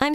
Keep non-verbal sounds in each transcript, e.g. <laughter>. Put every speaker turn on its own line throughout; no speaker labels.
I'm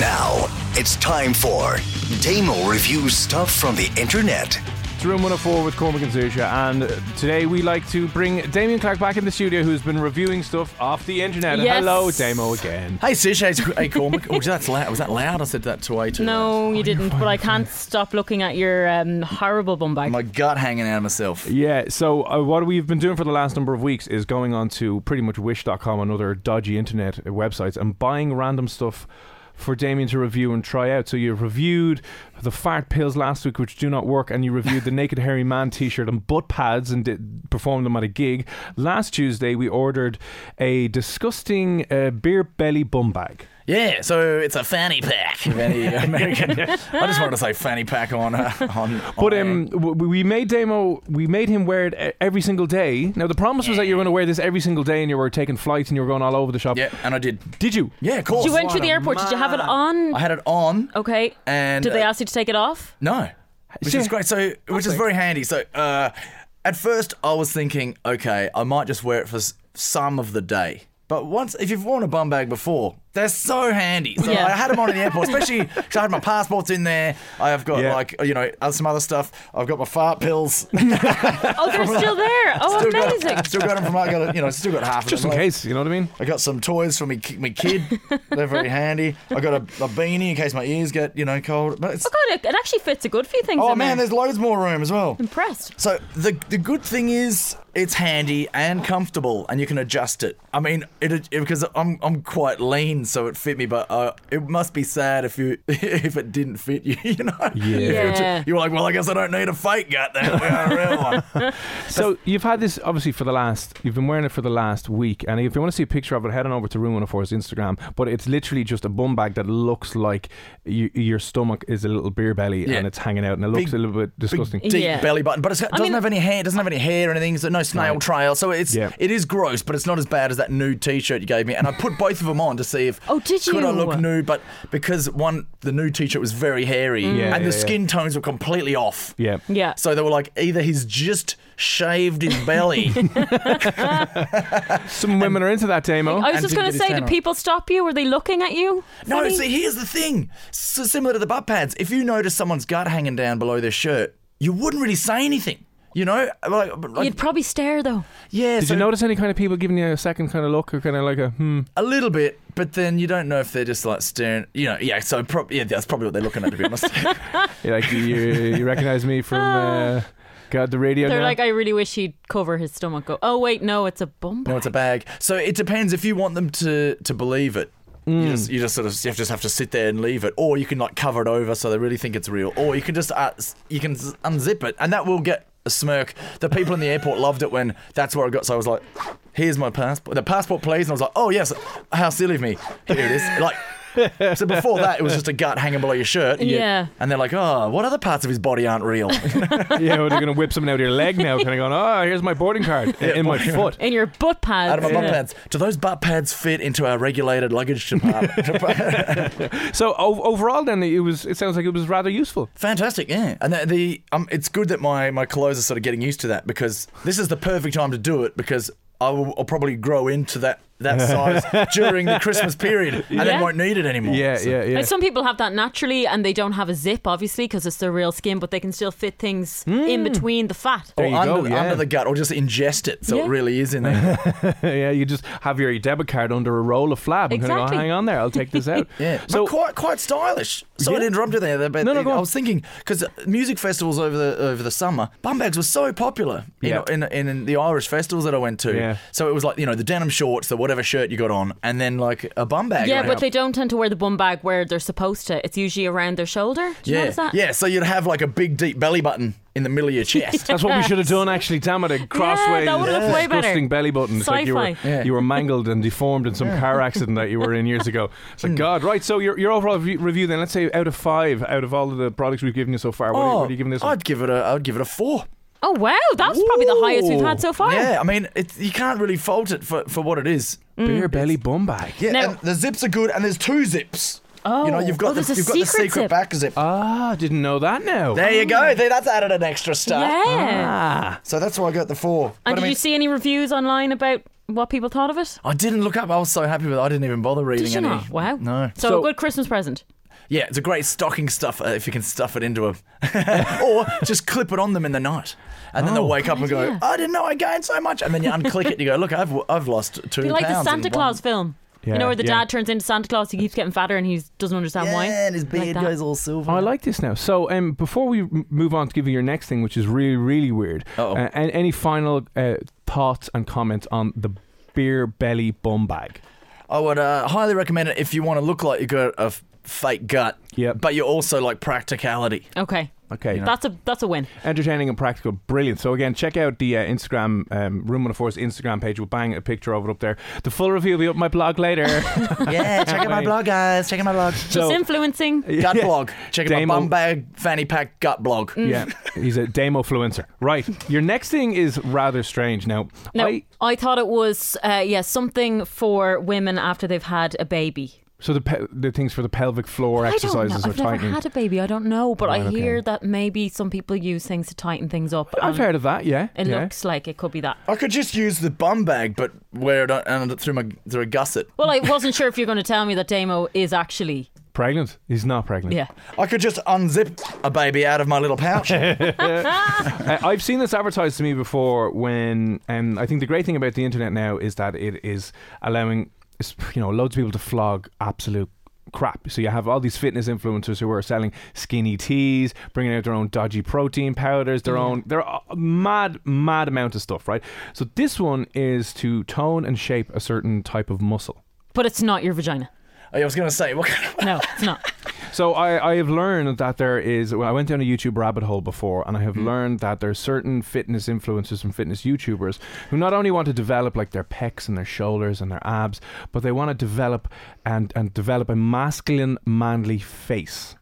Now it's time for Damo reviews stuff from the internet.
It's Room 104 with Cormac and Zusha, and today we like to bring Damien Clark back in the studio, who's been reviewing stuff off the internet.
Yes.
And hello, Damo again.
Hey, Sish. Hey, hey Cormac. Oh, was that loud? Was that loud? I said that to way too
No, you didn't.
fine,
But I
you're
can't stop looking at your um, horrible bum
loud.
bag.
My gut hanging out of myself.
Yeah, so uh, what we've been doing for the last number of weeks is going on to pretty much wish.com and other dodgy internet websites and buying random stuff for Damien to review and try out. So you reviewed the fart pills last week, which do not work, and you reviewed the Naked Hairy Man t shirt and butt pads and did, performed them at a gig. Last Tuesday, we ordered a disgusting uh, beer belly bum bag.
Yeah, so it's a fanny pack. If any American. <laughs> I just wanted to say fanny pack on. Uh, on
But
on
um, w- we made Damo, we made him wear it e- every single day. Now the promise was that you were going to wear this every single day, and you were taking flights and you were going all over the shop.
air. Yeah, and I did.
Did you?
Yeah, of course.
you went
What
through the
a
airport. Did you have it
man.
on?
I had it on.
Okay.
And,
did they
uh,
ask you to take it
<laughs>
off?
No, which
Yeah.
is great. So, which is very handy. So, uh, at first, I was thinking, okay, I might just wear it for s- some of the day. But once, if you've worn a bum bag before, they're so handy. So
Yeah.
I had them on in the airport,
<laughs>
especially 'cause I had my passports in there. I've got
Yeah.
like you know uh, some other stuff. I've got my fart
<laughs>
pills.
Oh, they're still there. Oh,
still got-
amazing.
still got them from. I got you know still got half.
Just
of
in
them.
case, you know what I mean?
I got some toys for me ki- my kid. They're very handy. I got a, a beanie in case my ears get you know cold. But it's,
Oh, God, it, it actually fits a good few things
oh
in
man,
there.
there's loads more room as well.
Impressed.
So the the good thing is it's handy and comfortable, and you can adjust it. I mean, it, it because I'm I'm quite lean, so it fit me, but uh, it must be sad if you <laughs> if it didn't fit you. <laughs> You know,
Yeah.
You're like, well, I guess I don't need a fake gut then. I got a real one.
So you've had this obviously for the last. You've been wearing it for the last week, and if you want to see a picture of it, head on over to Room 104's Instagram. But it's literally just a bum bag that looks like y- your stomach is a little beer belly,
Yeah.
and it's hanging out, and it looks
Big-
a little bit disgusting.
Deep
Yeah.
belly button, but it's, it doesn't
mean-
have any hair. It doesn't have any hair or anything. So no snail trail. So it's
Yeah.
it is gross, but it's not as bad as that nude T-shirt you gave me. And I put both of them on to see if
Oh, did
could I
you?
look nude? But because one the nude T-shirt was very hairy,
Mm.
Yeah,
and the
yeah, yeah.
skin tones were completely off.
yeah.
Yeah.
So they were like either he's just shaved his
<laughs>
belly.
Some women are into that, Damo.
I was
and
just
didn't
going to
get his
say,
tan
did
on.
people stop you? Were they looking at you?
no,
Funny.
see, here's the thing. So similar to the butt pads, if you notice someone's gut hanging down below their shirt, you wouldn't really say anything. You know, like, like
You'd probably stare though.
yeah.
Did
so
you notice any kind of people giving you a second kind of look, or kind of like a hmm?
A little bit, but then you don't know if they're just like staring. You know, yeah. So prob- yeah, that's probably what they're looking at to be honest.
You're like you, you recognize me
<laughs>
from uh, God the radio?
Oh. They're
now?
like, <laughs> I really wish he'd cover his stomach. Go, oh wait, no, it's a bum bag.
no, it's a bag. So it depends if you want them to to believe it. You, just, you just sort of you just have to sit there and leave it, or you can like cover it over so they really think it's real, or you can just uh, s- you can z- unzip it, and that will get a smirk. The people in the airport loved it when that's where I got. So I was like, "Here's my passport, the passport, please." And I was like, "Oh yes, how silly of me. Here it is." Like, so before that, it was just a gut hanging below your shirt. and you-
Yeah.
And they're like, "Oh, what other parts of his body aren't real?"
yeah, well, they're gonna whip something out of your leg now, kind of going, oh, here's my boarding card in my foot.
In your butt pad.
out of my butt pads. Do those butt pads fit into our regulated luggage compartment?
So o- overall, then it was. It sounds like it was rather useful.
Fantastic, yeah. And the, the um, it's good that my my clothes are sort of getting used to that because this is the perfect time to do it because I will, I'll probably grow into that
<laughs>
that size during the Christmas period and
Yeah.
then won't need it anymore.
Yeah,
So-
yeah, yeah.
Like, some people have that naturally, and they don't have a zip, obviously, because it's their real skin, but they can still fit things
Hmm.
in between the fat.
There
Or
you
under,
go, yeah.
under the gut, or just ingest it so
Yeah.
it really is
<laughs>
in there.
<laughs> yeah, you just have your debit card under a roll of flab and kind of go,
Exactly.
hang on there, I'll take this
<laughs>
out.
Yeah,
So
but quite quite stylish. Sorry
Yeah.
to interrupt you there, but
No, no, go on.
I was thinking because music festivals over the over the summer, bum bags were so popular. You
Yeah.
know, in, in in the Irish festivals that I went to,
Yeah.
so it was like you know the denim shorts, the whatever shirt you got on, and then like a bum bag.
Yeah,
around.
but they don't tend to wear the bum bag where they're supposed to. It's usually around their shoulder. Do you
yeah
notice that?
yeah. So you'd have like a big deep belly button in the middle of your
<laughs>
chest.
That's what we should have done, actually. Damn it, a crossways,
that would've looked way better.
disgusting belly button. It's like you were,
Sci-fi.
Yeah.
you were mangled and deformed in some car accident that you were in years
<laughs>
ago. It's
Hmm.
like, God, right. So, your, your overall re- review then, let's say out of five, out of all of the products we've given you so far, what, are, you, what are you giving this one?
I'd give it a I'd give it a four.
Oh, wow. That's probably the highest we've had so far.
Yeah, I mean it's you can't really fault it for, for what it is.
Mm.
Beer belly bum bag.
Yeah,
Now-
and the zips are good, and there's two zips.
Oh.
you know you've got
Oh,
the,
there's a
you've got the
secret
secret
zip.
back zip.
Ah, didn't know that now.
There you go. There, that's added an extra star.
Yeah.
So that's why I got the four. But
And
Ah. I
did
mean,
you see any reviews online about what people thought of it?
I didn't look up. I was so happy with it. I didn't even bother reading
Did you
any.
not? Wow.
No.
So,
So-
a good Christmas present.
Yeah, it's a great stocking stuffer if you can stuff it into them. <laughs> or just clip it on them in the night. And then they'll wake up and go,
Oh, idea.
I didn't know I gained so much. And then you unclick it and you go, look, I've, I've lost two
Be like the
pounds in
Santa
one-
Claus film.
Yeah,
you know where the
yeah.
dad turns into Santa Claus, he keeps getting fatter, and he doesn't understand why.
Yeah, and his
Like
beard
that.
goes all silver.
Oh, I like this now. So, um, before we m- move on to giving your next thing, which is really, really weird,
Uh-oh.
uh, an- any final uh, thoughts and comments on the beer belly bum bag?
I would uh, highly recommend it if you want to look like you got a f- fake gut.
Yep.
But you also like practicality.
Okay.
Okay,
That's a that's a win.
entertaining and practical, brilliant. So again, check out the uh, Instagram um, Room 104's Instagram page. We'll bang a picture of it up there. The full review will be up on my blog later.
<laughs> yeah, check out my blog, guys. Check out my blog.
So- <laughs>
Just influencing.
gut <laughs> blog. Check out my
Damo-
bum bag fanny pack gut blog.
yeah, he's a demo fluencer. Right, your next thing is rather strange. Now,
No,
I,
I, thought it was uh, yeah something for women after they've had a baby.
so the pe- the things for the pelvic floor
I
exercises
don't know.
are
I've never
tightening.
had a baby. I don't know, but I hear that maybe some people use things to tighten things up.
I've
and
heard of that. Yeah,
It
yeah.
looks like it could be that.
I could just use the bum bag, but wear it on, and through my through a gusset.
Well, I wasn't sure if you're going to tell me that Damo is actually
pregnant. He's not pregnant.
yeah.
I could just unzip a baby out of my little pouch.
Uh, I've seen this advertised to me before when, and I think the great thing about the internet now is that it is allowing, s- you know, loads of people to flog absolute crap. So you have all these fitness influencers who are selling skinny teas, bringing out their own dodgy protein powders, their own, their a- mad, mad amount of stuff, right? So this one is to tone and shape a certain type of muscle.
But it's not your vagina.
Oh, I was going to say, what kind of- <laughs>
No,
<laughs>
it's not.
So I, I have learned that there is. Well, I went down a YouTube rabbit hole before, and I have learned that there's certain fitness influencers and fitness YouTubers who not only want to develop like their pecs and their shoulders and their abs, but they want to develop and and develop a masculine, manly face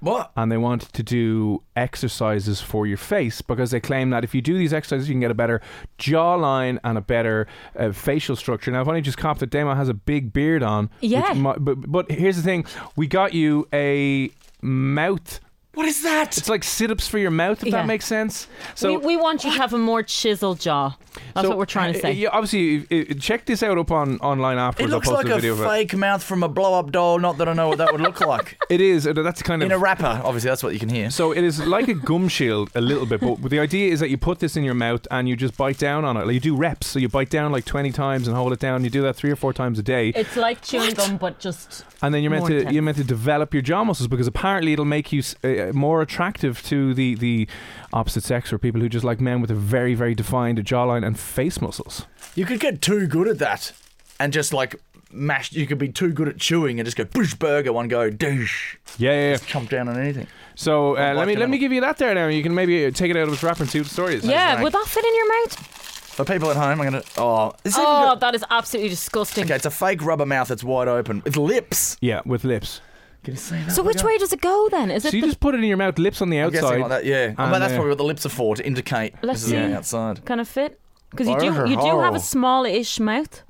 what?
and they want to do exercises for your face because they claim that if you do these exercises, you can get a better jawline and a better uh, facial structure. Now, I've only just copped that Demo has a big beard on. which
Yeah.
mi- but, but here's the thing we got you a mouth.
What is that?
It's like sit ups for your mouth, if
Yeah.
that makes sense. So
we, we want you to have a more chiseled jaw. That's
so,
what we're trying to
uh,
say.
yeah, obviously, uh, uh, check this out up on online
It
afterwards.
looks
I'll post
like
a
a
video of it.
fake mouth from a blow up doll. Not that I know what that would
<laughs>
look like.
It is. uh, That's kind of
In a wrapper, obviously, that's what you can hear.
So it is like a gum shield a little bit, but the idea is that you put this in your mouth and you just bite down on it. Like you do reps, so you bite down like twenty times and hold it down. You do that three or four times a day,
It's like chewing gum, but just
and then you're meant
more
to
intense.
you're meant to develop your jaw muscles because apparently it'll make you s- uh, uh, more attractive to the the opposite sex or people who just like men with a very very defined jawline and face muscles.
You could get too good at that and just like mash. You could be too good at chewing and just go, boosh, burger, one go, douche.
Yeah, yeah. yeah.
Jump down on anything.
So uh, let
like
me
an
let me
animal.
give you that there now. You can maybe uh, take it out of its wrapper and see what the story is.
yeah.
like-
Would that fit in your mouth?
For people at home, I'm going to. Oh, is it even
Oh,
got-
that is absolutely disgusting.
Okay, it's a fake rubber mouth that's wide open with lips.
Yeah, with
<laughs>
lips.
Can you see that?
So which way does it go then? Is it?
So you
the-
just put it in your mouth, lips on the
I'm guessing
outside.
like that, yeah. but that's
uh,
probably what the lips are for to indicate
Let's
this is
see.
the outside.
kind of fit? Because you do you do have
Oh.
a smallish mouth.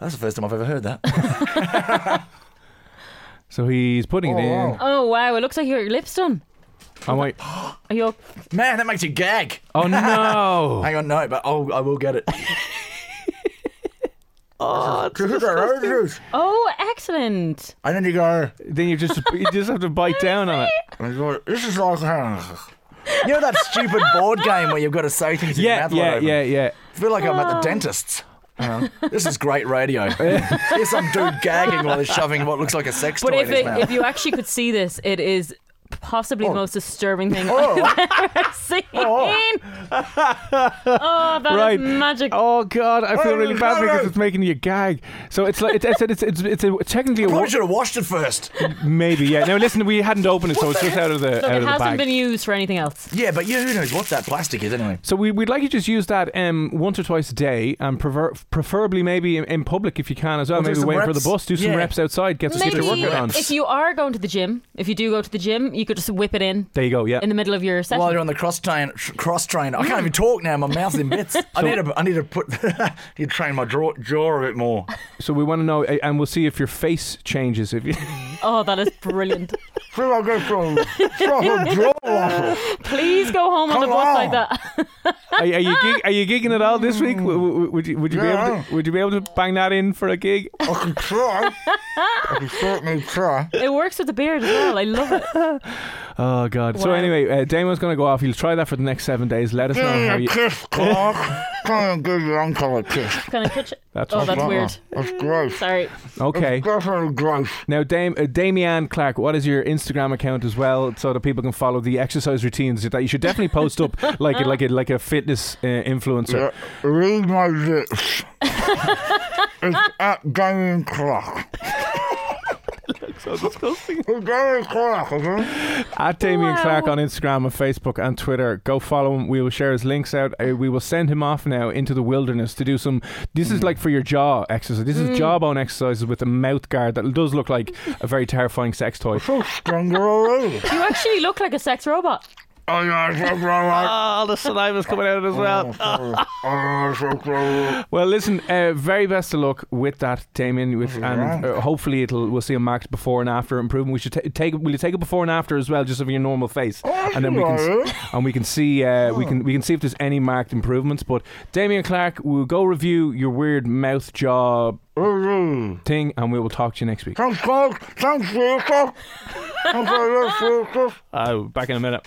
That's the first time I've ever heard that. <laughs>
So he's putting it in.
Oh wow! It looks like your lips done.
I might.
Are you?
Man, that makes you gag.
<laughs> Oh no!
<laughs>
Hang on, no, but I'll, I will get it. Oh, it's
Oh, excellent.
I need to go.
Then you just you just have to bite down on it.
I go, This is like. You know that stupid board game where you've got to say things in your
Yeah,
mouth wide
yeah,
open?
yeah, yeah.
I feel like I'm
Oh.
at the dentist's. this is great
<laughs>
radio. Here's some dude gagging while he's shoving what looks like a sex
But
toy
if
in his
it,
mouth.
if you actually could see this, it is possibly
Oh.
the most disturbing thing <laughs> I've ever seen. Oh, that is
<laughs> Right.
magic.
Oh god, I feel really bad because it's making you gag. So it's like it's it's it's it's, it's a, technically a
Probably
wa-
should have washed it first.
maybe yeah. No, listen, we hadn't opened it, so it's just out of the
so
out
it
of the
hasn't
bag.
been used for anything else.
Yeah, but yeah, who knows what that plastic is anyway?
so we, we'd like you to just use that um, once or twice a day, and prefer- preferably maybe in, in public if you can as well.
Well, do
maybe
some
wait for
reps.
the bus, do some
Yeah.
reps outside, get to see what you're
Maybe
working on.
if you are going to the gym, if you do go to the gym, you could just whip it in
There you go. Yeah.
in the middle of your session.
While you're on the cross train, tr- cross train, I can't even talk now. My mouth's in <laughs> bits. I need to, I need to put, <laughs> you train my draw, jaw a bit more.
So we want to know, a- and we'll see if your face changes. If you
oh, that is
<laughs>
brilliant.
Feel like I go from <laughs> draw.
Please go home on the
Come
bus
on.
like that.
are, are you gig, are you gigging at all this week? W- w- Would you would you be able
Yeah.
to, would you be able to bang that in for a gig?
I can try. I can certainly try.
It works with the beard as well. I love it.
Oh God! So
Wow.
anyway, uh, Damon's going to go off. He'll try that for the next seven days. Let us know how you.
kiss, Clark. Try and give your uncle a kiss.
Can I touch it?
That's
oh,
awesome.
that's weird.
That's gross.
Sorry.
Okay.
Definitely gross.
Now, Dame, uh, Damian Clark, what is your Instagram account as well, so that people can follow the exercise routines that you should definitely post up, like a, like a, like a fitness uh, influencer.
Read my <laughs> lips. it's at Damien Clark.
So disgusting.
Damien Clark, okay?
At Damien
Wow.
Clark on Instagram and Facebook and Twitter. Go follow him. We will share his links out. Uh, we will send him off now into the wilderness to do some. This is like for your jaw exercise. This is jawbone exercises with a mouth guard that does look like a very terrifying sex <laughs> toy.
So stronger already.
You actually look like a sex robot.
Oh, yeah, it's so gross.
Oh, the saliva's coming out as well.
Oh, yeah, it's so gross.
Well, listen, uh, very best of luck with that, Damien. With and uh, hopefully it'll we'll see a marked before and after improvement. We should ta take will you take it before and after as well, just of your normal face, and then we can s- and we can see uh, we can we can see if there's any marked improvements. But Damien Clark, we'll go review your weird mouth jaw thing, and we will talk to you next week.
Thanks, Clark. Thanks, Clark. Thanks for your service.
Uh, back in a minute.